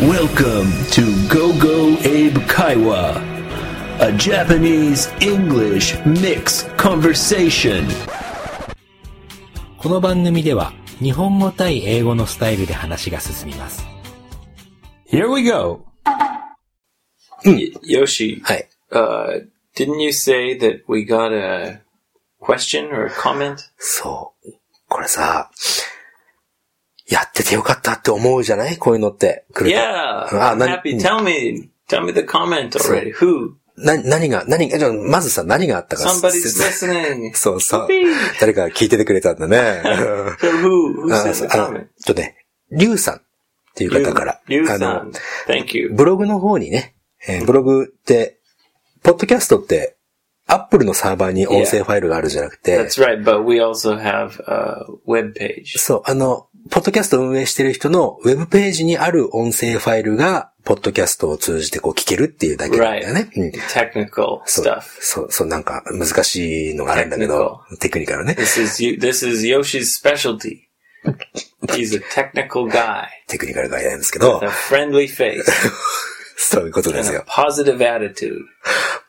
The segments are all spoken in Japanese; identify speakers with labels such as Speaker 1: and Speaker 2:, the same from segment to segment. Speaker 1: Welcome to Gogo Abe Kaiwa, a Japanese English mix conversation.
Speaker 2: この番組では日本語対英語のスタイルで話が進みます。
Speaker 1: Here we go.
Speaker 3: Y- Yoshi,
Speaker 2: はい。
Speaker 3: uh, didn't you say that we got a question or a comment?
Speaker 4: そう。これさ、やっててよかったって思うじゃないこういうのって。来ると
Speaker 3: Yeah,
Speaker 4: Ah,
Speaker 3: I'm
Speaker 4: then-
Speaker 3: happy.
Speaker 4: mm.
Speaker 3: Tell me, tell me the comment already. Who?
Speaker 4: な、何が、何が、じゃあまずさ、何があったか。
Speaker 3: Somebody's
Speaker 4: せ
Speaker 3: listening.
Speaker 4: そうそう
Speaker 3: Whoopee.
Speaker 4: 誰かが聞いててくれたんだね。
Speaker 3: So who? Who
Speaker 4: あ
Speaker 3: sent the
Speaker 4: あのち
Speaker 3: comment?
Speaker 4: ょっとね、リュウさんっていう方から。
Speaker 3: Liu
Speaker 4: あ
Speaker 3: san.
Speaker 4: の、
Speaker 3: Thank you.
Speaker 4: ブログの方にね、えーブログって、ポッドキャストって、アップルのサーバーに音声ファイルがあるじゃなくて、
Speaker 3: That's right, but we also have a web page.
Speaker 4: そう、あの、ポッドキャストを運営してる人のウェブページにある音声ファイルが、ポッドキャストを通じてこう聞けるっていうだけなんだよね。うん。
Speaker 3: Technical
Speaker 4: そう
Speaker 3: stuff.
Speaker 4: そう、そう、なんか難しいのがあるんだけど、テクニカルね。
Speaker 3: This is you. This is Yoshi's specialty. He's a technical guy.
Speaker 4: テクニカルが嫌なんですけど
Speaker 3: with、A friendly face
Speaker 4: そういうことで
Speaker 3: and
Speaker 4: す
Speaker 3: a
Speaker 4: よ。
Speaker 3: positive attitude.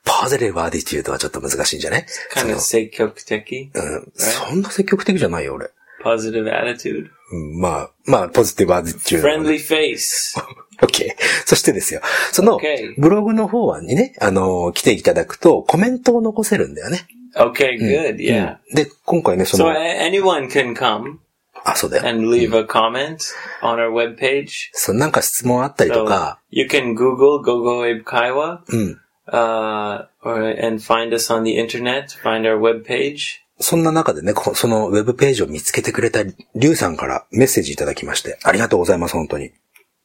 Speaker 4: ポジティブアディチュードはちょっと難しいんじゃね
Speaker 3: Kind of
Speaker 4: そ
Speaker 3: seikyoku
Speaker 4: のうん、そんな積極的じゃないよ、俺。
Speaker 3: positive attitude,
Speaker 4: うん、まあ、まあ、ポジティブアディチュードなんで。
Speaker 3: friendly face.
Speaker 4: OK。そしてですよ。その
Speaker 3: Okay.、
Speaker 4: ブログの方にね、あの、来ていただくと、コメントを残せるんだよね。Mm.
Speaker 3: Okay, good, yeah.
Speaker 4: うんで、今回ね、そ
Speaker 3: So
Speaker 4: の
Speaker 3: a-、anyone can come
Speaker 4: あ、そうだよ。
Speaker 3: and leave a comment on our webpage.
Speaker 4: そう、なんか質問あったりと
Speaker 3: So
Speaker 4: か、
Speaker 3: you can Google Gogo Abe Kaiwa
Speaker 4: うん。
Speaker 3: uh, or, and find us on the internet, find our webpage.
Speaker 4: そんな中でね、こそのウェブページを見つけてくれたリュウさんからメッセージいただきまして、ありがとうございます、本当に。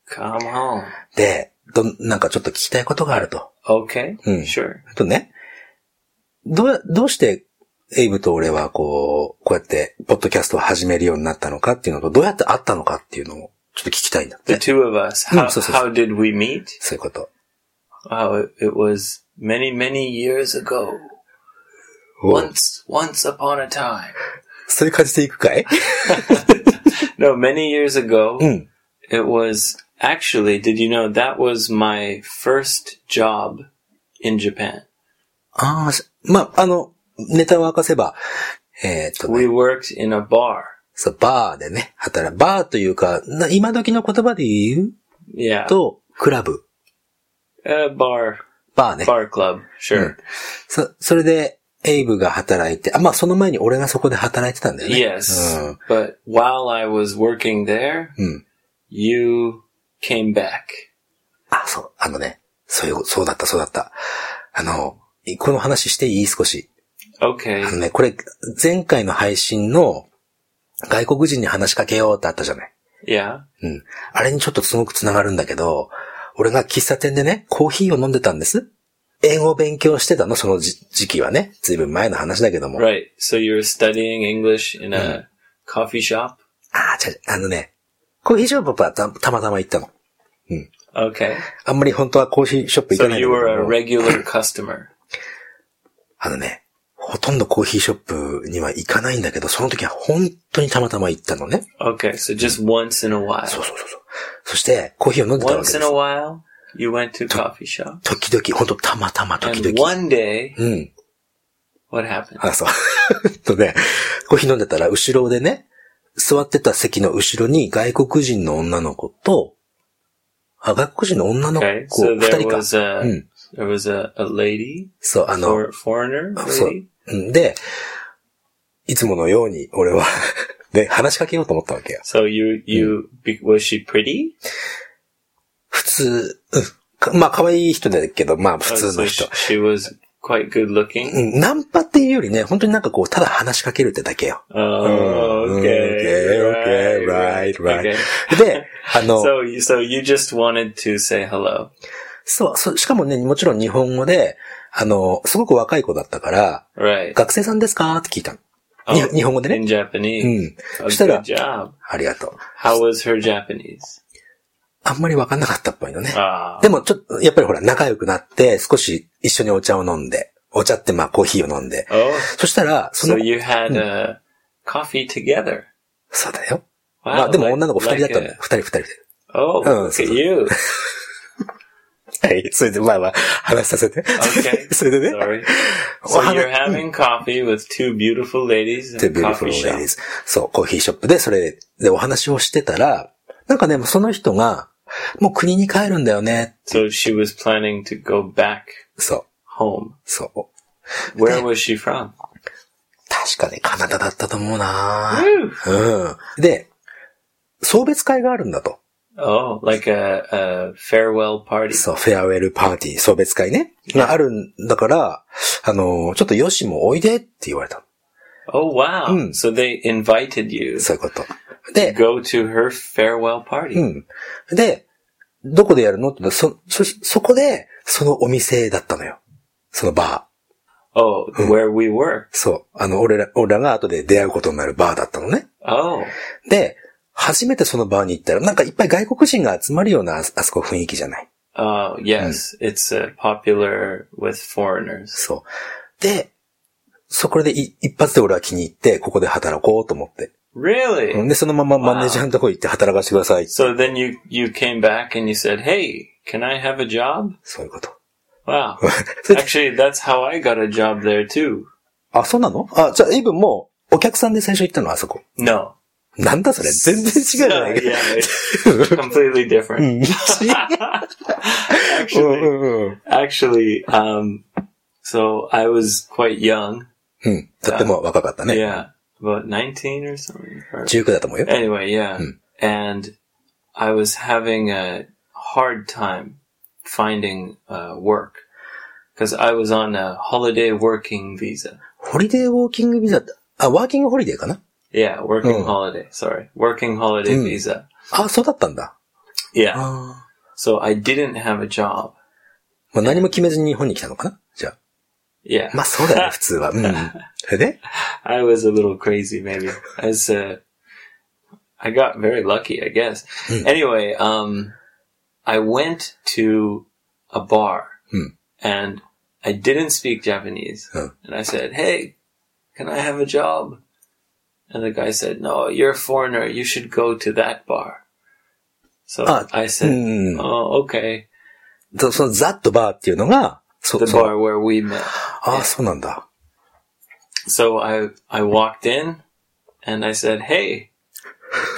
Speaker 3: Come home.
Speaker 4: で、どん、なんかちょっと聞きたいことがあると。
Speaker 3: Okay,
Speaker 4: Hmm.
Speaker 3: sure.
Speaker 4: あとね、どう、どうして、エイブと俺はこう、こうやって、ポッドキャストを始めるようになったのかっていうのと、どうやって会ったのかっていうのを、ちょっと聞きたいんだっ
Speaker 3: The
Speaker 4: て。
Speaker 3: two of us, how,
Speaker 4: Hmm, so- so-
Speaker 3: how did we meet?
Speaker 4: そういうこと。
Speaker 3: Oh, it, it was many, many years ago.
Speaker 4: お
Speaker 3: Once, once upon a time.
Speaker 4: そういう感じでいくか い
Speaker 3: No, many years ago,
Speaker 4: うん。
Speaker 3: It was actually, did you know that was my first job in Japan?
Speaker 4: ああ、しまあ、あの、ネタを明かせば、えーっとね、
Speaker 3: We worked in a bar.
Speaker 4: そう、バーでね、働く。バーというか、な今時の言葉で言う
Speaker 3: Yeah.
Speaker 4: と、クラブ、
Speaker 3: A bar,
Speaker 4: バーね。
Speaker 3: bar club, sure.
Speaker 4: そ、それで、エイブが働いて、あ、まあ、その前に俺がそこで働いてたんだよね。
Speaker 3: Yes.
Speaker 4: うん
Speaker 3: But while I was working there,
Speaker 4: Uh. Hmm.
Speaker 3: you came back.
Speaker 4: あ、そう、あのね、そういう、そうだった、そうだった。あの、この話していい少し。
Speaker 3: Okay.
Speaker 4: あのね、これ、前回の配信の、外国人に話しかけようってあったじゃない。
Speaker 3: Yeah.
Speaker 4: うん。あれにちょっとすごく繋がるんだけど、俺が喫茶店でね、コーヒーを飲んでたんです。英語を勉強してたの、その時時期はね。ずいぶん前の話だけども。
Speaker 3: Right. So you were studying English in a coffee shop?
Speaker 4: ああ、じゃあ、あのね、コーヒーショップはたたまたま行ったの。
Speaker 3: Okay.
Speaker 4: あんまり本当はコーヒーショップ行
Speaker 3: So
Speaker 4: かないんだ
Speaker 3: you
Speaker 4: け
Speaker 3: were a
Speaker 4: ども。
Speaker 3: regular customer.
Speaker 4: あのね、ほとんどコーヒーショップには行かないんだけど、その時は本当にたまたま行ったのね。
Speaker 3: Okay. So just once in a
Speaker 4: そ
Speaker 3: while.
Speaker 4: うそうそうそう。そして、コーヒーを飲んでたわけ
Speaker 3: Once
Speaker 4: で
Speaker 3: in
Speaker 4: す
Speaker 3: a。while, you went to coffee shop.
Speaker 4: 時々、本当たまたま時
Speaker 3: And
Speaker 4: 々。
Speaker 3: one day,
Speaker 4: うん。
Speaker 3: what happened?
Speaker 4: あ、そう。 とね、コーヒー飲んでたら、後ろでね、座ってた席の後ろに外国人の女の子と、あ、外国人の女の
Speaker 3: Okay,
Speaker 4: 子、
Speaker 3: so
Speaker 4: 二
Speaker 3: there
Speaker 4: 人か。
Speaker 3: was a
Speaker 4: うん。
Speaker 3: there was a, a lady,
Speaker 4: そう、あの、
Speaker 3: Uh, for, foreigner
Speaker 4: そう
Speaker 3: lady.。
Speaker 4: うんで、いつものように、俺は、 で、話しかけようと思ったわけよ。
Speaker 3: So you you be, was she pretty?
Speaker 4: 普通、うんかまあ、可愛い人だけど、まあ、普
Speaker 3: Uh,
Speaker 4: 通の
Speaker 3: so
Speaker 4: 人
Speaker 3: she,。she was quite good looking.
Speaker 4: うん、ナンパっていうよりね、本当になんかこう、ただ話しかけるってだけよ。
Speaker 3: Oh,
Speaker 4: Mm,
Speaker 3: okay,
Speaker 4: okay, okay, right, right.
Speaker 3: Okay.
Speaker 4: で、あ の、
Speaker 3: So you so you just wanted to say hello.
Speaker 4: そう、そう、しかもね、もちろん日本語で、あの、すごく若い子だったから、
Speaker 3: Right. Oh,
Speaker 4: 学生さんですかって聞いたの。に 日本語でね。
Speaker 3: in
Speaker 4: う
Speaker 3: Japanese.
Speaker 4: ん。
Speaker 3: Oh,
Speaker 4: そしたら
Speaker 3: good、job.
Speaker 4: ありがとう。
Speaker 3: How was her Japanese?
Speaker 4: あんまりわかんなかったっぽいのね。
Speaker 3: Ah,
Speaker 4: でも、ちょっと、やっぱりほら、仲良くなって、少し一緒にお茶を飲んで、お茶ってまあコーヒーを飲んで。
Speaker 3: oh,
Speaker 4: そしたら、そ
Speaker 3: so
Speaker 4: の、
Speaker 3: you had a coffee together.
Speaker 4: そうだよ。ま
Speaker 3: Wow,
Speaker 4: あでも
Speaker 3: like-
Speaker 4: 女の子二人だ
Speaker 3: like
Speaker 4: ったん
Speaker 3: a-
Speaker 4: だよ。二人二人で。
Speaker 3: Oh,
Speaker 4: Oh,
Speaker 3: look
Speaker 4: so-
Speaker 3: at you.
Speaker 4: はい。それで、まあまあ、話させ て。
Speaker 3: Okay.
Speaker 4: それでね。
Speaker 3: Sorry. So
Speaker 4: お話
Speaker 3: you're having coffee with two beautiful ladies in
Speaker 4: The
Speaker 3: a coffee
Speaker 4: Beautiful
Speaker 3: shop.
Speaker 4: Ladies。そう、コーヒーショップでそれでお話をしてたら、なんかね、その人が、もう国に帰るんだよね。
Speaker 3: So she was planning to go back
Speaker 4: そう、
Speaker 3: home.
Speaker 4: そう。
Speaker 3: Where was she from?
Speaker 4: 確かね、カナダだったと思うな
Speaker 3: Woo!
Speaker 4: うん。で、送別会があるんだと。
Speaker 3: Oh, like a, a farewell party.
Speaker 4: そう、フェアウェルパーティー、送別会ね。があるんだから、あの、ちょっとヨシもおいでって言われた。
Speaker 3: Oh wow.
Speaker 4: Mm.
Speaker 3: So they invited you
Speaker 4: そういうこと。
Speaker 3: to
Speaker 4: で、
Speaker 3: go to her farewell party.
Speaker 4: うん。で、どこでやるのって、そ、そ、そこで、そのお店だったのよ。そのバ
Speaker 3: Oh,
Speaker 4: Hmm.
Speaker 3: where we were.
Speaker 4: ー。そう。あの、俺ら、俺らが後で出会うことになるバーだったのね。
Speaker 3: Oh.
Speaker 4: で、初めてそのバーに行ったら、なんかいっぱい外国人が集まるような、ああそこ雰囲気じゃない。Hmm.
Speaker 3: Uh, yes, it's uh, popular with foreigners.
Speaker 4: そう。で、そこでい一発で俺は気に入って、ここで働こうと思って。
Speaker 3: Really?
Speaker 4: で、そのままマネージャーのとこ行って働かせてください。
Speaker 3: So then you you came back and you said, "Hey, can I have a job?"
Speaker 4: そういうこと。
Speaker 3: Wow.
Speaker 4: それで
Speaker 3: Actually, that's how I got a job there too.
Speaker 4: あ、そうなのあ、じゃあ、イブンも、お客さんで最初行ったの、あそこ。
Speaker 3: No.
Speaker 4: なんだそれ全然違うじゃ
Speaker 3: No,
Speaker 4: ないか。
Speaker 3: yeah, it's completely different.
Speaker 4: うんうん
Speaker 3: Actually,
Speaker 4: うん。
Speaker 3: actually, um, so I was quite young.
Speaker 4: うん。とっても若かったね。
Speaker 3: Yeah, about nineteen or something. or-
Speaker 4: 19だと思うよ。
Speaker 3: Anyway, yeah, and I was having a hard time finding uh, work because I was on a holiday working visa.
Speaker 4: ホリデーウォーキングビザって、あ、ワーキングホリデーかな
Speaker 3: Yeah,
Speaker 4: Mm.
Speaker 3: working holiday. Sorry, working holiday
Speaker 4: Mm. Oh.
Speaker 3: visa.
Speaker 4: あ、そうだったんだ。
Speaker 3: Yeah.
Speaker 4: あ
Speaker 3: So I didn't have a
Speaker 4: ー
Speaker 3: job.
Speaker 4: まあ何も決めずに日本に来たのかなじゃ
Speaker 3: Yeah.
Speaker 4: あ。まあそう だよね、普通は。うん。それで
Speaker 3: I was a little crazy, maybe. As uh, I got very lucky, I guess.
Speaker 4: Hmm.
Speaker 3: Anyway, um, I went to a bar
Speaker 4: Hmm.
Speaker 3: and I didn't speak Japanese,
Speaker 4: Huh.
Speaker 3: and I said, "Hey, can I have a job?" And the guy said, "No, you're a foreigner. You should go to that bar." So
Speaker 4: Ah,
Speaker 3: I said,
Speaker 4: hmm.
Speaker 3: "Oh, okay,
Speaker 4: そそのザッとバーっていうのが、そ
Speaker 3: the
Speaker 4: そ
Speaker 3: bar where we met."
Speaker 4: あーそうなんだ。
Speaker 3: So I I walked in and I said, "Hey,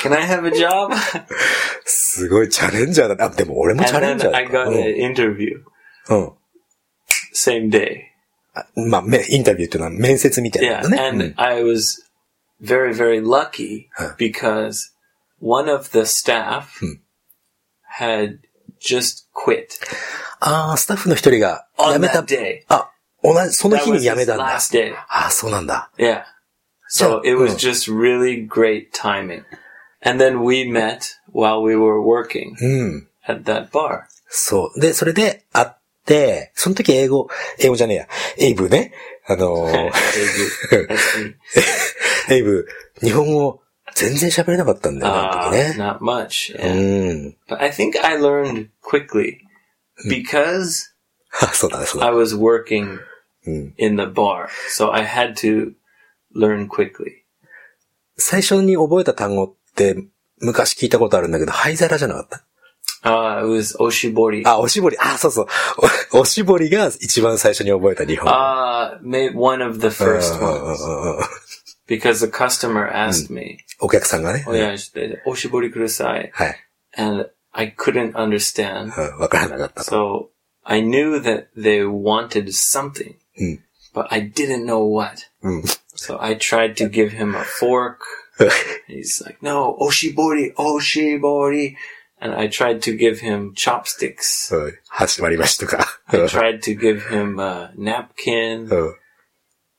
Speaker 3: can I have a job?"
Speaker 4: すごいチャレンジャーだね。あ、でも俺もチャレン
Speaker 3: and
Speaker 4: ジャー
Speaker 3: then
Speaker 4: だ
Speaker 3: I
Speaker 4: よ
Speaker 3: got
Speaker 4: う
Speaker 3: an
Speaker 4: ん
Speaker 3: interview
Speaker 4: うん。
Speaker 3: same day.
Speaker 4: あまあ、めインタビューっていうのは面接みたいな
Speaker 3: Yeah,
Speaker 4: のね。
Speaker 3: and
Speaker 4: うん
Speaker 3: I was very very lucky
Speaker 4: Huh.
Speaker 3: because one of the staff
Speaker 4: Hmm.
Speaker 3: had just quit
Speaker 4: ああ、スタッフの一人が、辞
Speaker 3: on
Speaker 4: めた
Speaker 3: that。day.
Speaker 4: あ、同じ、その
Speaker 3: That
Speaker 4: 日
Speaker 3: was
Speaker 4: に辞め
Speaker 3: his
Speaker 4: たんだ。
Speaker 3: last day.
Speaker 4: ああ、そうなんだ。
Speaker 3: Yeah. So
Speaker 4: So,
Speaker 3: it was
Speaker 4: hmm.
Speaker 3: just really great timing. And then we met while we were working
Speaker 4: うん。
Speaker 3: at that bar.
Speaker 4: そう。で、それで会って、その時英語、英語じゃねえや、エイブね。あの ー
Speaker 3: That's me.
Speaker 4: エイブ、日本語全然喋れなかったんだよ、あの
Speaker 3: Uh,
Speaker 4: 時ね。
Speaker 3: not much.
Speaker 4: う
Speaker 3: And-
Speaker 4: ん。
Speaker 3: But I think I learned quickly Hmm. because
Speaker 4: あ、そうだね、そうだ
Speaker 3: I
Speaker 4: ね。
Speaker 3: was working
Speaker 4: Mm.
Speaker 3: in the bar. So I had to learn quickly.
Speaker 4: 最初に覚えた単語って、昔聞いたことあるんだけど、灰皿じゃなかっ
Speaker 3: Uh, it was oshibori.
Speaker 4: たあ、おしぼり。あ、そうそう。おおしぼりが一番最初に覚えた日本語。
Speaker 3: Uh, made one of the
Speaker 4: うん
Speaker 3: first
Speaker 4: うんうん
Speaker 3: ones
Speaker 4: うんうん
Speaker 3: because the customer asked me,
Speaker 4: お客さんがね。
Speaker 3: oh Hmm. yeah, they said, oshibori kudasai.
Speaker 4: はい。
Speaker 3: And I couldn't understand.
Speaker 4: うんわからなかったと。
Speaker 3: So I knew that they wanted something,
Speaker 4: Mm.
Speaker 3: but I didn't know what.
Speaker 4: うん。
Speaker 3: So I tried to give him a fork. He's like, no, oshibori, oshibori. And I tried to give him chopsticks.
Speaker 4: うん始まりましたか。
Speaker 3: I tried to give him a napkin.
Speaker 4: うん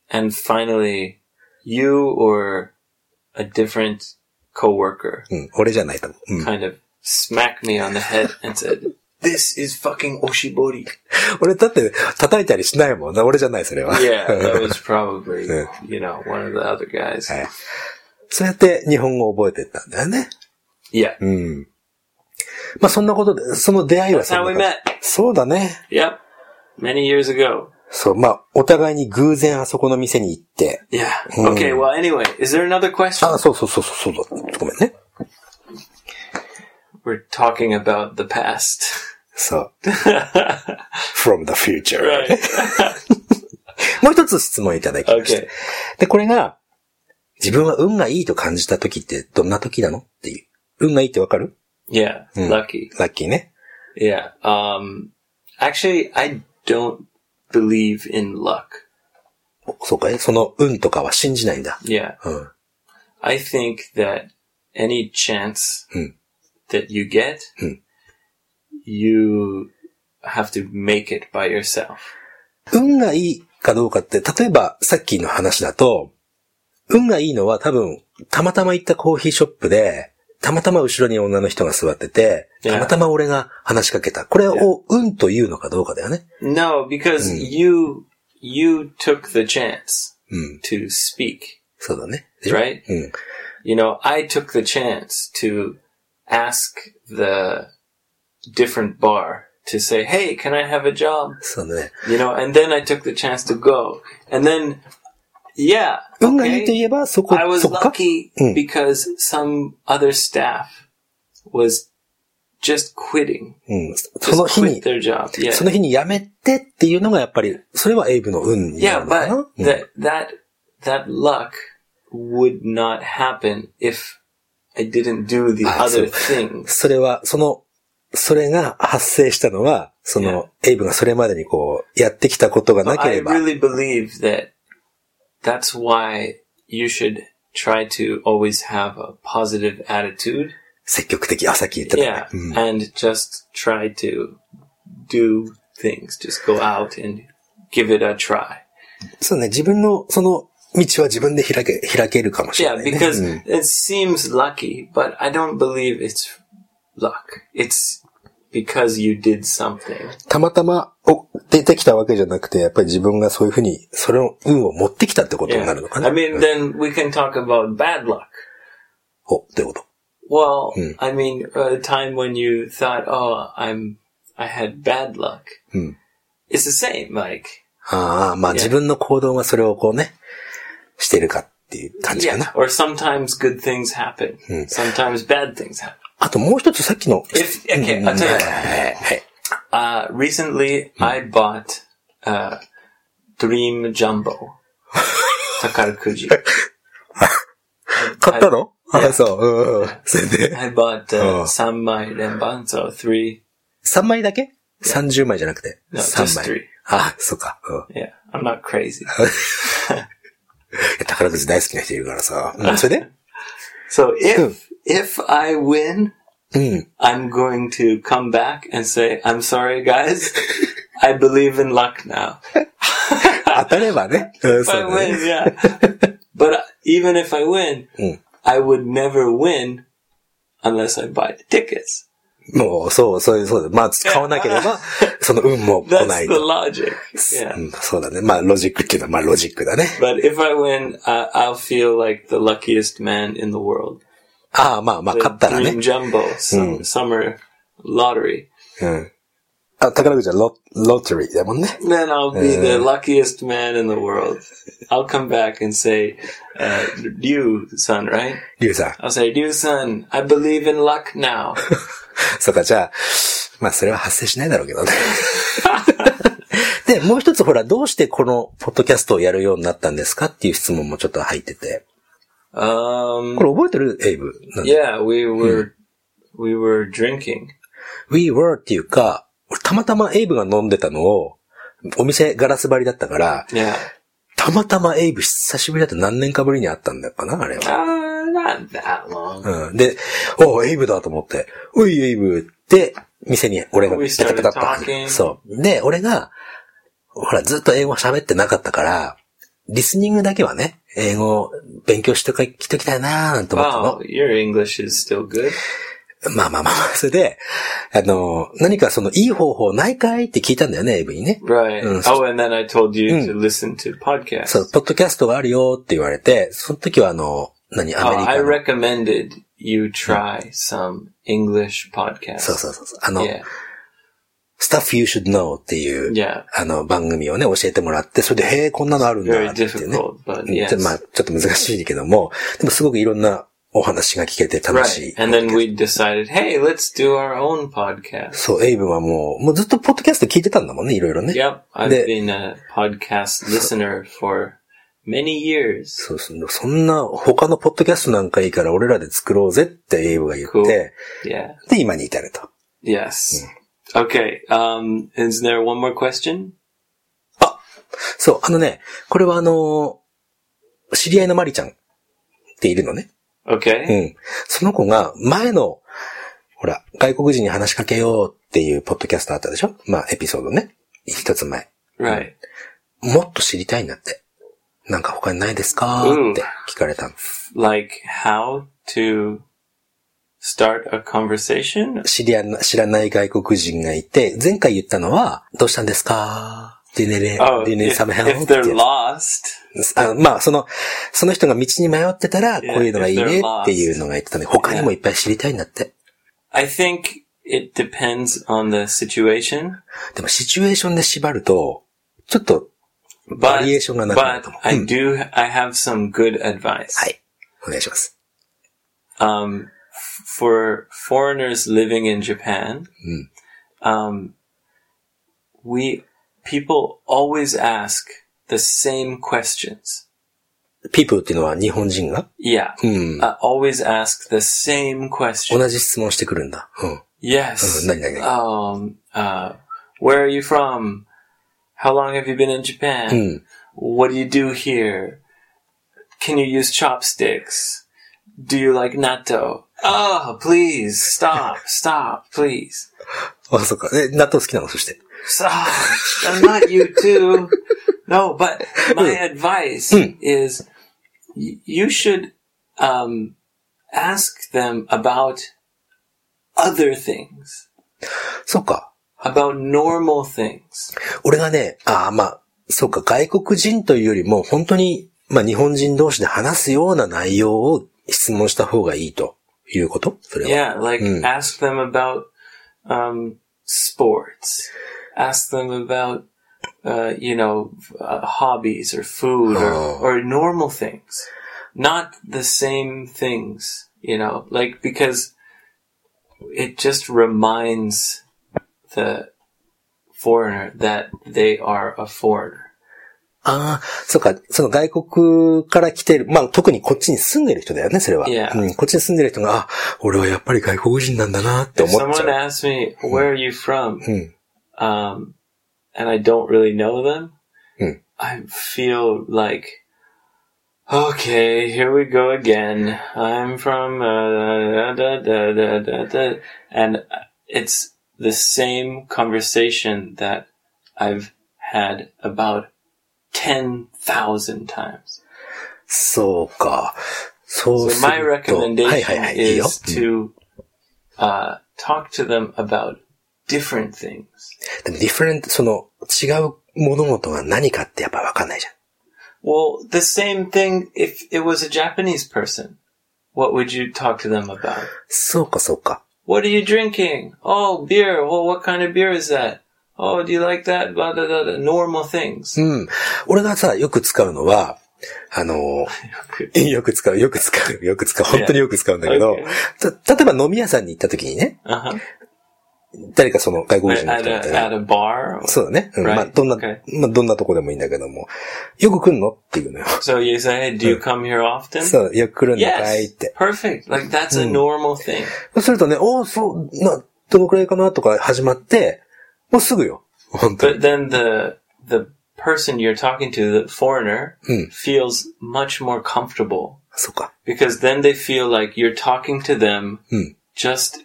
Speaker 3: And finally, you or a different coworker
Speaker 4: うん俺じゃないと思う。うん
Speaker 3: kind of smacked me on the head and said, this is fucking oshibori.
Speaker 4: 俺だって叩いたりしないもんな。俺じゃない、それは。
Speaker 3: Yeah, that was probably,
Speaker 4: Yeah.
Speaker 3: you know, one of the other guys.
Speaker 4: Yeah. そうやって日本語を覚えてったんだよね。
Speaker 3: Yeah.
Speaker 4: うん。まあそんなことで、その出会いは
Speaker 3: That's
Speaker 4: そ
Speaker 3: how
Speaker 4: ん
Speaker 3: we
Speaker 4: な感
Speaker 3: met.
Speaker 4: じそうだね。
Speaker 3: Yep. Many years ago.
Speaker 4: そう、まあお互いに偶然あそこの店に行って。
Speaker 3: Yeah.
Speaker 4: Hmm.
Speaker 3: Okay, well, anyway, is there another question?
Speaker 4: あ、そうそうそうそう、そうだ。ごめんね。
Speaker 3: we're talking about the past.
Speaker 4: そう。from the future.
Speaker 3: right.
Speaker 4: もう一つ質問いただきました。
Speaker 3: Okay.
Speaker 4: で、これが、自分は運がいいと感じた時ってどんな時なのっていう。運がいいってわかる
Speaker 3: Yeah.
Speaker 4: Hmm.
Speaker 3: Lucky.
Speaker 4: ラッキーね。
Speaker 3: Yeah. Um, actually, I don't believe in luck.
Speaker 4: おそうかいその運とかは信じないんだ。
Speaker 3: Yeah.
Speaker 4: うん。
Speaker 3: I think that any chance
Speaker 4: Hmm.
Speaker 3: that you get,
Speaker 4: Hmm.
Speaker 3: you have to make it by yourself.
Speaker 4: 運がいいかどうかって、例えばさっきの話だと、運がいいのは多分、たまたま行ったコーヒーショップで、たまたま後ろに女の人が座ってて、
Speaker 3: Yeah.
Speaker 4: たまたま俺が話しかけた。これを運というのかどうかだよね。
Speaker 3: No, because you you took the chance
Speaker 4: うん。
Speaker 3: to speak,
Speaker 4: そうだね。でしょ
Speaker 3: right?
Speaker 4: うん。
Speaker 3: You know, I took the chance to ask the different bar to say, "Hey, can I have a job?"
Speaker 4: そうだね。
Speaker 3: You know, and then I took the chance to go, and then yeah,
Speaker 4: 運がいいとい
Speaker 3: okay,
Speaker 4: えば、そこ、
Speaker 3: I was
Speaker 4: そっか。
Speaker 3: lucky
Speaker 4: Mm.
Speaker 3: because some other staff was just quitting,
Speaker 4: うん。そ
Speaker 3: just
Speaker 4: の日
Speaker 3: quit
Speaker 4: に、
Speaker 3: their job. Yeah,
Speaker 4: その日にやめてっていうのがやっぱり、それはエイブの運にな
Speaker 3: Yeah,
Speaker 4: るのかな。
Speaker 3: but
Speaker 4: うん
Speaker 3: that that that luck would not happen if I didn't do the
Speaker 4: Ah,
Speaker 3: other
Speaker 4: so-
Speaker 3: things.
Speaker 4: それは、その、それが発生したのは、その、エイブがそれまでにこう、やってきたことがなけ
Speaker 3: I
Speaker 4: れば、
Speaker 3: really believe that that's why you should try to always have a positive attitude.
Speaker 4: 積極的、あ、さっき言ったね
Speaker 3: Yeah,
Speaker 4: うん
Speaker 3: and just try to do things. Just go out and give it a try.
Speaker 4: そうね、自分の、その、道は自分で開け、開けるかもしれ
Speaker 3: Yeah,
Speaker 4: ない、ね。
Speaker 3: because
Speaker 4: うん
Speaker 3: it seems lucky, but I don't believe it's luck. It's because you did something.
Speaker 4: たまたま、お、出てきたわけじゃなくて、やっぱり自分がそういうふうに、それの運を持ってきたってことに
Speaker 3: Yeah.
Speaker 4: なるのかな。
Speaker 3: I mean, then we can talk about bad luck.
Speaker 4: お、どういうこと
Speaker 3: Well,
Speaker 4: Mm.
Speaker 3: I mean, a time when you thought, "Oh, I'm, I had bad luck."
Speaker 4: Mm.
Speaker 3: It's the same, like
Speaker 4: ああ、まあ自分の行動がそれをこうね、してるかっていう感じか
Speaker 3: yeah.
Speaker 4: な。
Speaker 3: Or sometimes good things happen. Sometimes bad things happen.
Speaker 4: あともう一つさっきの、
Speaker 3: If okay, I'll tell you. what. Uh, recently, I bought uh, Dream Jumbo Takarakuji.
Speaker 4: 買ったのあ、そう。うん。それで。
Speaker 3: I bought
Speaker 4: Oh.
Speaker 3: uh, Sanmai Renban, so three.
Speaker 4: 3枚だけ ?30 枚じゃなくて。
Speaker 3: No,
Speaker 4: 三
Speaker 3: just
Speaker 4: 枚。
Speaker 3: three.
Speaker 4: あ、そうか。うん。
Speaker 3: Yeah, I'm not crazy.
Speaker 4: いや宝くじ大好きな人いるからさ。うん、それで
Speaker 3: So if if I win,
Speaker 4: うん。
Speaker 3: I'm going to come back and say, "I'm sorry, guys. I believe in luck now."
Speaker 4: 当たればね。うん、
Speaker 3: If I
Speaker 4: そうだね。
Speaker 3: win, yeah. but uh, even if I win,
Speaker 4: Mm.
Speaker 3: I would never win unless I buy the tickets.
Speaker 4: もう、そう、そういう、そうだ。まあ、使わなければ、その運も来な
Speaker 3: That's
Speaker 4: い
Speaker 3: the
Speaker 4: と。
Speaker 3: logic.
Speaker 4: う
Speaker 3: Yeah.
Speaker 4: ん、そうだね。まあ、ロジックっていうのは、まあ、ロジックだね。
Speaker 3: But if I win, uh, I'll feel like the luckiest man in the world.
Speaker 4: ああ、まあまあ、
Speaker 3: The
Speaker 4: 勝ったら
Speaker 3: Dream
Speaker 4: ね。
Speaker 3: Jumbo sum- summer lottery.
Speaker 4: うん。あ、宝くじはロ、ロトリーだもんね。
Speaker 3: Then I'll be the luckiest man in the world. I'll come back and say, uh, "You son, right?"
Speaker 4: リュウさん。
Speaker 3: I'll say, "You son, I believe in luck now."
Speaker 4: そうか、じゃあ、まあ、それは発生しないだろうけどね。で、もう一つ、ほら、どうしてこの、ポッドキャストをやるようになったんですかっていう質問もちょっと入ってて。
Speaker 3: Um,
Speaker 4: これ覚えてるエイブ。なんで
Speaker 3: yeah, we were we were drinking.
Speaker 4: We were っていうか、俺たまたまエイブが飲んでたのを、お店ガラス張りだったから、
Speaker 3: Yeah,
Speaker 4: たまたまエイブ久しぶりだって何年かぶりに会ったんだよかな、あれは。
Speaker 3: uh, not that long.
Speaker 4: うん。で、おうエイブだと思って、おい、エイブって、店に俺が
Speaker 3: We
Speaker 4: ペタ
Speaker 3: started
Speaker 4: ペタッと
Speaker 3: talking.
Speaker 4: そう。で、俺が、ほら、ずっと英語喋ってなかったから、リスニングだけはね、英語を勉強しておきときたいなーなんて思った
Speaker 3: Wow,
Speaker 4: の。
Speaker 3: your English is still good.
Speaker 4: まあまあ まあ、それで、あの、何かその、いい方法ないかいって聞いたんだよね、エイブにね。
Speaker 3: Right.
Speaker 4: Mm.
Speaker 3: Oh, and then I told you to listen to podcasts.
Speaker 4: そう、ポッドキャストがあるよって言われて、その時はあの、何、ア
Speaker 3: Oh,
Speaker 4: メリ
Speaker 3: I
Speaker 4: カの。
Speaker 3: recommended you try some English podcasts.
Speaker 4: そうそうそうそう。あの、
Speaker 3: Yeah,
Speaker 4: Stuff You Should Know っていう、
Speaker 3: yeah.
Speaker 4: あの、番組をね、教えてもらって、それで、へえ、こんなのあるんだ
Speaker 3: Very
Speaker 4: っていうね。
Speaker 3: difficult, but
Speaker 4: うん
Speaker 3: yes.
Speaker 4: まあ、ちょっと難しいけども、でもすごくいろんなお話が聞けて楽
Speaker 3: Right.
Speaker 4: しい。
Speaker 3: And then we decided, hey, let's do our own podcast.
Speaker 4: そう、エイブはもう、もうずっとポッドキャスト聞いてたんだもんね、いろいろね。
Speaker 3: Yep. I've
Speaker 4: で
Speaker 3: been a podcast listener for many years.
Speaker 4: そうそう。そんな、他のポッドキャストなんかいいから俺らで作ろうぜってエイブが言って、
Speaker 3: Cool.
Speaker 4: で、
Speaker 3: Yeah.
Speaker 4: 今に至ると。
Speaker 3: Yes. Okay. Um, is there one more question?
Speaker 4: そう、あのね、これはあのー知り合いのマリちゃんっているのね。う
Speaker 3: Okay.
Speaker 4: ん。その子が、前の、ほら、外国人に話しかけようっていうポッドキャストあったでしょまあ、エピソードね。一つ前。
Speaker 3: Right.
Speaker 4: もっと知りたいんだって。なんか他にないですかって聞かれたの。
Speaker 3: Like how to start a conversation?
Speaker 4: 知り合いな、知らない外国人がいて、前回言ったのは、どうしたんですかディネレ、デ
Speaker 3: Oh,
Speaker 4: ィネ
Speaker 3: if,
Speaker 4: サムヘロ
Speaker 3: if
Speaker 4: ってや
Speaker 3: they're
Speaker 4: つ
Speaker 3: lost.
Speaker 4: あまあ、その、その人が道に迷ってたら、こ
Speaker 3: Yeah,
Speaker 4: ういうのがいい
Speaker 3: if
Speaker 4: ね
Speaker 3: they're lost.
Speaker 4: っていうのが言ってたね。他にもいっぱい知りたいんだって。
Speaker 3: I think it depends on the situation,
Speaker 4: でも、シチュエーションで縛ると、ちょっと、バ
Speaker 3: but,
Speaker 4: リエーションがなくなる
Speaker 3: but
Speaker 4: かも。う
Speaker 3: I
Speaker 4: ん
Speaker 3: do, I have some good advice.
Speaker 4: はい。お願いします。
Speaker 3: um, f- for foreigners living in Japan, um, we people always ask the same questions.
Speaker 4: people っていうのは日本人が
Speaker 3: Yeah,
Speaker 4: うん。
Speaker 3: uh, always ask the same question.
Speaker 4: 同じ質問してくるんだ。うん。
Speaker 3: Yes.
Speaker 4: 何々。
Speaker 3: Um, uh, where are you from? How long have you been in Japan?
Speaker 4: うん。
Speaker 3: What do you do here? Can you use chopsticks? Do you like natto? Oh, please stop, stop, please.
Speaker 4: あ、そっか。え、納豆好きなのそして。
Speaker 3: So, I'm not you too. No, but my advice is y- you should um, ask them about other things,
Speaker 4: そっか。
Speaker 3: about normal things.
Speaker 4: 俺がね、ああ、まあ、そっか。外国人というよりも、本当に、まあ、日本人同士で話すような内容を質問した方がいいということそれは。
Speaker 3: Yeah, like
Speaker 4: Mm.
Speaker 3: ask them about um, sports, ask them about uh, you know uh, hobbies or food or,
Speaker 4: Oh.
Speaker 3: or normal things, not the same things. You know, like because it just reminds the foreigner that they are a foreigner.
Speaker 4: ああ、そっか、その外国から来てる、まあ特にこっちに住んでる人だよね、それは。
Speaker 3: Yeah.
Speaker 4: うん、こっちに住んでる人が、あ、俺はやっぱり外国人なんだなって
Speaker 3: If
Speaker 4: 思っち
Speaker 3: someone
Speaker 4: ゃう。
Speaker 3: asks me where are you from,
Speaker 4: うん。
Speaker 3: um, and I don't really know them,
Speaker 4: Hmm.
Speaker 3: I feel like, okay, here we go again. I'm from uh, da, da, da, da, da, da. and uh, it's the same conversation that I've had about ten thousand times.
Speaker 4: そうか。そうす
Speaker 3: So
Speaker 4: ると。
Speaker 3: my recommendation
Speaker 4: はいはいはい、いいよ。
Speaker 3: is to uh, talk to them about different things.
Speaker 4: でも、ディフェレント、その、違う物事が何かってやっぱ分かんないじゃん。
Speaker 3: Well, the same thing if it was a Japanese person. What would you talk to them about?
Speaker 4: そうか、そうか。
Speaker 3: What are you drinking? Oh, beer. Well, what kind of beer is that? Oh, do you like that? Blah, blah, blah, blah. Normal things.
Speaker 4: うん。俺がさ、よく使うのは、あのーよく使う、よく使う、よく使う、本当によく使うんだけど
Speaker 3: Yeah.、
Speaker 4: た例えば飲み屋さんに行った時にね、
Speaker 3: Uh-huh.
Speaker 4: 誰かその外国
Speaker 3: At
Speaker 4: 人の人がいた
Speaker 3: at a,
Speaker 4: ら
Speaker 3: at、a bar.
Speaker 4: そうだね。うん
Speaker 3: Right.
Speaker 4: まあ、どんな、
Speaker 3: Okay.
Speaker 4: まあ、どんなとこでもいいんだけども、よく来んのっていうのよ。
Speaker 3: So you say, hey, do you come here often?
Speaker 4: そう、よく来るんだかいっ
Speaker 3: yes.
Speaker 4: て。
Speaker 3: Perfect. Like that's a normal thing.
Speaker 4: そうするとね、おーそう、な、どのくらいかなとか始まって、もうすぐよ。本当に。
Speaker 3: But then the, the person you're talking to, the foreigner,
Speaker 4: Hmm.
Speaker 3: feels much more comfortable
Speaker 4: そうか。
Speaker 3: because then they feel like you're talking to them
Speaker 4: Hmm.
Speaker 3: just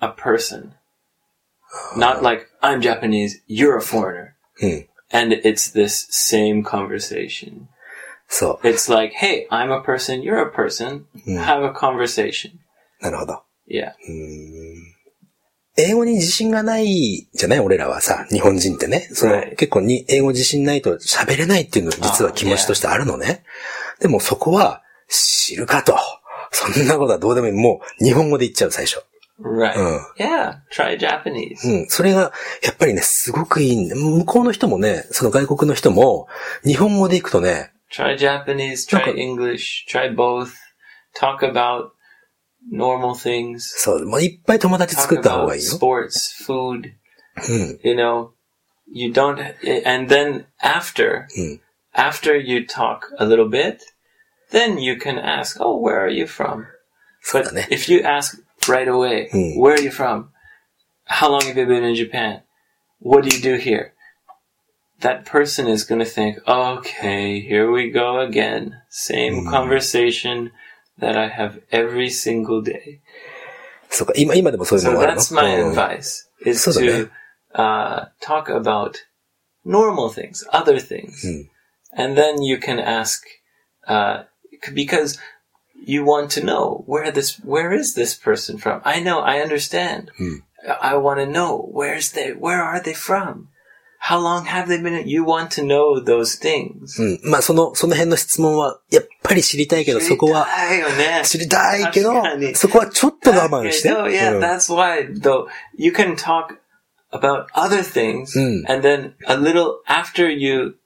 Speaker 3: a person not like i'm japanese you're a foreigner
Speaker 4: うん。
Speaker 3: and it's this same conversation
Speaker 4: そ
Speaker 3: it's like hey i'm a person you're a person
Speaker 4: Hmm.
Speaker 3: have a conversation
Speaker 4: う。なるほど。
Speaker 3: yeah
Speaker 4: 英語に自信がないじゃない俺らはさ、日本人ってね。その、
Speaker 3: Right.
Speaker 4: 結構に英語自信ないと喋れないっていうの実は気持ちとしてあるのね。でもそこは知るかと。そんなことはどうでもいい。もう日本語で言っちゃう最初。
Speaker 3: right
Speaker 4: Oh.
Speaker 3: yeah try japanese
Speaker 4: うん。それが、やっぱりね、すごくいいんだ。向こうの人もね、その外国の人も、日本語で行くとね、
Speaker 3: try japanese try
Speaker 4: Okay.
Speaker 3: english try both talk about normal things.
Speaker 4: そう、もういっぱい友達
Speaker 3: Talk
Speaker 4: 作った方がい
Speaker 3: about
Speaker 4: いよ。
Speaker 3: sports, food.
Speaker 4: うん。
Speaker 3: You know, you don't. And then after,
Speaker 4: うん。
Speaker 3: after you talk a little bit, then you can ask, "Oh, where are you from?"
Speaker 4: そう
Speaker 3: But
Speaker 4: だね。
Speaker 3: if you ask right away,
Speaker 4: Hmm.
Speaker 3: "Where are you from? How long have you been in Japan? What do you do here?" That person is going to think, "Okay, here we go again. Same
Speaker 4: Hmm.
Speaker 3: conversation that I have every single day."
Speaker 4: そうか、今、今でもそういう
Speaker 3: So
Speaker 4: のもある
Speaker 3: that's my
Speaker 4: の、うん、
Speaker 3: advice is
Speaker 4: So "Oh."
Speaker 3: to
Speaker 4: that-
Speaker 3: uh, talk about normal things, other things, and then you can ask uh, c- because you want to know where this where is this person from. I know, I understand. I want to know where's they, where are they from? How long have they been? You want to know those things.
Speaker 4: うん。まあ、その、その辺の質問は、やっぱり知りたいけど、そこは、
Speaker 3: oh,
Speaker 4: 知りたいけど
Speaker 3: 確かに、
Speaker 4: そこはちょっと我慢して。
Speaker 3: No, yeah,
Speaker 4: うん
Speaker 3: that's why though you can talk about other things
Speaker 4: Mm.
Speaker 3: and then a little after you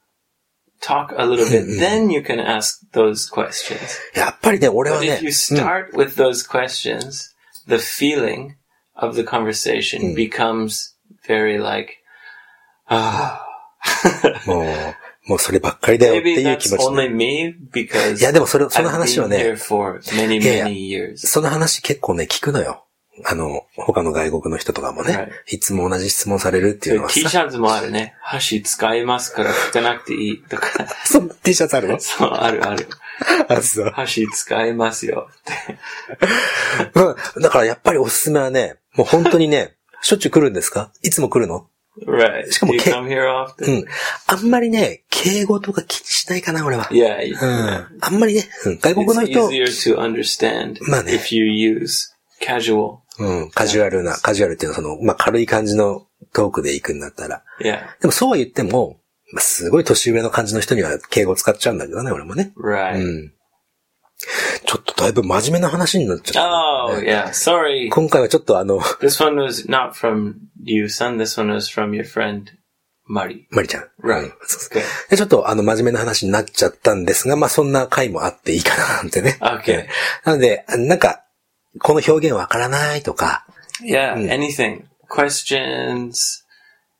Speaker 3: talk a little bit, then you can ask those questions.
Speaker 4: やっぱりね、俺は
Speaker 3: But
Speaker 4: ね
Speaker 3: if you、start with those questions, the feeling of the conversation becomes very like ah.
Speaker 4: うんもう、もうそればっかりだよって
Speaker 3: Maybe
Speaker 4: いう気
Speaker 3: that's
Speaker 4: 持ちで。
Speaker 3: only me because
Speaker 4: いや、でもそれ、その
Speaker 3: I've
Speaker 4: 話は
Speaker 3: been
Speaker 4: ね
Speaker 3: here、for many,
Speaker 4: Yeah, yeah.
Speaker 3: many years.
Speaker 4: その話結構ね、聞くのよ。あの、他の外国の人とかもね、、
Speaker 3: はい
Speaker 4: つも同じ質問されるっていうのは
Speaker 3: T シ
Speaker 4: さ、
Speaker 3: ャツもあるね。箸使いますから拭かなくていいとか。
Speaker 4: そう T シャツあるの
Speaker 3: そう、あるある。
Speaker 4: あ、 そう。
Speaker 3: 箸使いますよって。
Speaker 4: うん。だからやっぱりおすすめはね、もう本当にね、しょっちゅう来るんですかいつも来るの
Speaker 3: Right.
Speaker 4: しかも
Speaker 3: Do you
Speaker 4: け
Speaker 3: come here
Speaker 4: う
Speaker 3: often?
Speaker 4: ん。あんまりね、敬語とか気にしないかな、俺は。
Speaker 3: Yeah. you-
Speaker 4: うん。あんまりね、うん外国の
Speaker 3: It's
Speaker 4: 人、
Speaker 3: easier to understand
Speaker 4: まあね
Speaker 3: if you use casual.
Speaker 4: うん、カジュアルな、カジュアルっていうのはその、まあ、軽い感じのトークで行くんだったら。
Speaker 3: Yeah.
Speaker 4: でもそうは言っても、まあ、すごい年上の感じの人には敬語使っちゃうんだけどね、俺もね。う
Speaker 3: Right.
Speaker 4: ん。ちょっとだいぶ真面目な話になっちゃった、
Speaker 3: Oh, yeah. Sorry.
Speaker 4: 今回はちょっとあの、
Speaker 3: This one was not from you, son. This one was from your friend, Mari.
Speaker 4: マリちゃん。
Speaker 3: Right.
Speaker 4: うんそうそう
Speaker 3: Good.
Speaker 4: でちょっとあの、真面目な話になっちゃったんですが、まあ、そんな回もあっていいかな、なんてね。
Speaker 3: Okay.
Speaker 4: なので、なんか、この表現わからないとか、
Speaker 3: Yeah, anything. Questions,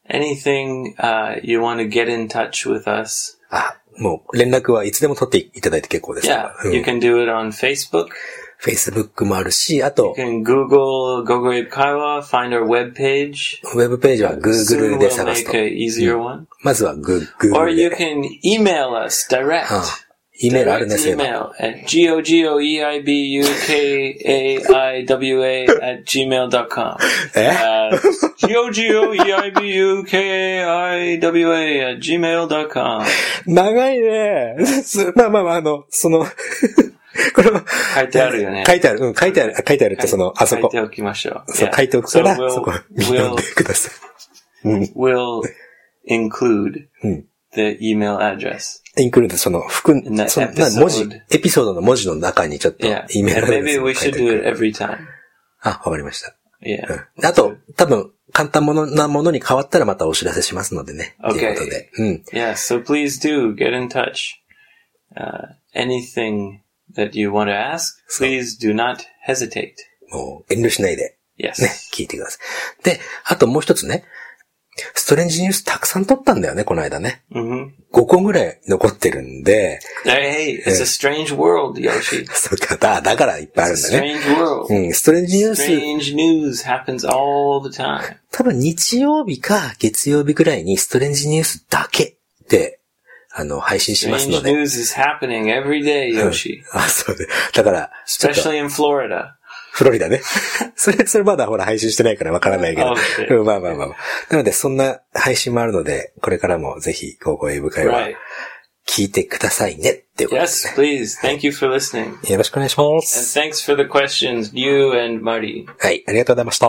Speaker 3: anything uh, you want to get in touch with us.
Speaker 4: あ、もう連絡はいつでも取っていただいて結構ですから
Speaker 3: Yeah,
Speaker 4: うん
Speaker 3: you can do it on Facebook.
Speaker 4: Facebook もあるし、あと
Speaker 3: You、can Google Gogo Ape Kaiwa, find our webpage.
Speaker 4: ウェブページは Google
Speaker 3: Soon
Speaker 4: で
Speaker 3: we'll
Speaker 4: 探す
Speaker 3: make
Speaker 4: と。
Speaker 3: an easier
Speaker 4: Hmm.
Speaker 3: one.
Speaker 4: まずは
Speaker 3: Or
Speaker 4: Google
Speaker 3: you
Speaker 4: で。
Speaker 3: can email us direct.
Speaker 4: ああイメールあるね、
Speaker 3: Direct
Speaker 4: そういえば。
Speaker 3: email at E gogoeibukawa at gmail.com.
Speaker 4: え
Speaker 3: Uh, E gogoeibukawa at gmail.com.
Speaker 4: 長いね。 すまあまあまあ、あの、その 、これも、
Speaker 3: 書いてあるよね。
Speaker 4: 書いてある。うん、書いてある。あ書いてあるって、 その、あそ
Speaker 3: 書い
Speaker 4: こ
Speaker 3: て。おきましょう。
Speaker 4: そう
Speaker 3: Yeah.
Speaker 4: 書いておくから、
Speaker 3: So we'll-
Speaker 4: そこ、読ん
Speaker 3: we'll,
Speaker 4: でくださ
Speaker 3: we'll include
Speaker 4: うん
Speaker 3: the email address.
Speaker 4: い。インクルード、その、含
Speaker 3: ね
Speaker 4: ん、その、
Speaker 3: エピソ
Speaker 4: な
Speaker 3: ード
Speaker 4: 文字、エピソードの文字の中にちょっと
Speaker 3: Yeah.、
Speaker 4: イメール
Speaker 3: And
Speaker 4: アドレス
Speaker 3: maybe we
Speaker 4: を書い
Speaker 3: should
Speaker 4: てお
Speaker 3: do
Speaker 4: く
Speaker 3: Oh, it every time.
Speaker 4: あ、わかりました。う
Speaker 3: Yeah.
Speaker 4: んあと、多分、簡単ものなものに変わったらまたお知らせしますのでね。
Speaker 3: Okay.
Speaker 4: ということで。うん。
Speaker 3: Yeah. So please do get in touch. Uh, anything that you want to ask, please do not hesitate.
Speaker 4: もう、遠慮しないで。ね
Speaker 3: Yes.、
Speaker 4: 聞いてください。で、あともう一つね、ストレンジニュースたくさん撮ったんだよね、この間ね。
Speaker 3: hmm
Speaker 4: 5個ぐらい残ってるんで、
Speaker 3: Hey, it's a strange world, Yoshi.
Speaker 4: そうか、だ、だからいっぱいあ
Speaker 3: It's
Speaker 4: る
Speaker 3: a Hmm.
Speaker 4: んだね。
Speaker 3: strange world.
Speaker 4: うん、ストレンジニュース、
Speaker 3: Strange news happens all the time.
Speaker 4: 多分日曜日か月曜日ぐらいにストレンジニュースだけで、あの、配信しますの
Speaker 3: Strange
Speaker 4: で。
Speaker 3: news is happening every day,
Speaker 4: うん
Speaker 3: Yoshi.
Speaker 4: あ、そうで。だから、ちょっと
Speaker 3: Especially in Florida.
Speaker 4: フロリダ ね。それ、それまだほら配信してないからわからないけ
Speaker 3: あ
Speaker 4: ど
Speaker 3: OK。
Speaker 4: うんまあまあまあまあ。なので、そんな配信もあるので、これからもぜひ、高校英語会は
Speaker 3: Right.
Speaker 4: 聞いてくださいねっていうことですね
Speaker 3: Yes, please. Thank you for listening.
Speaker 4: よろしくお願いしま
Speaker 3: And
Speaker 4: す。
Speaker 3: thanks for the questions, you and Marty.
Speaker 4: はい、ありがとうございました。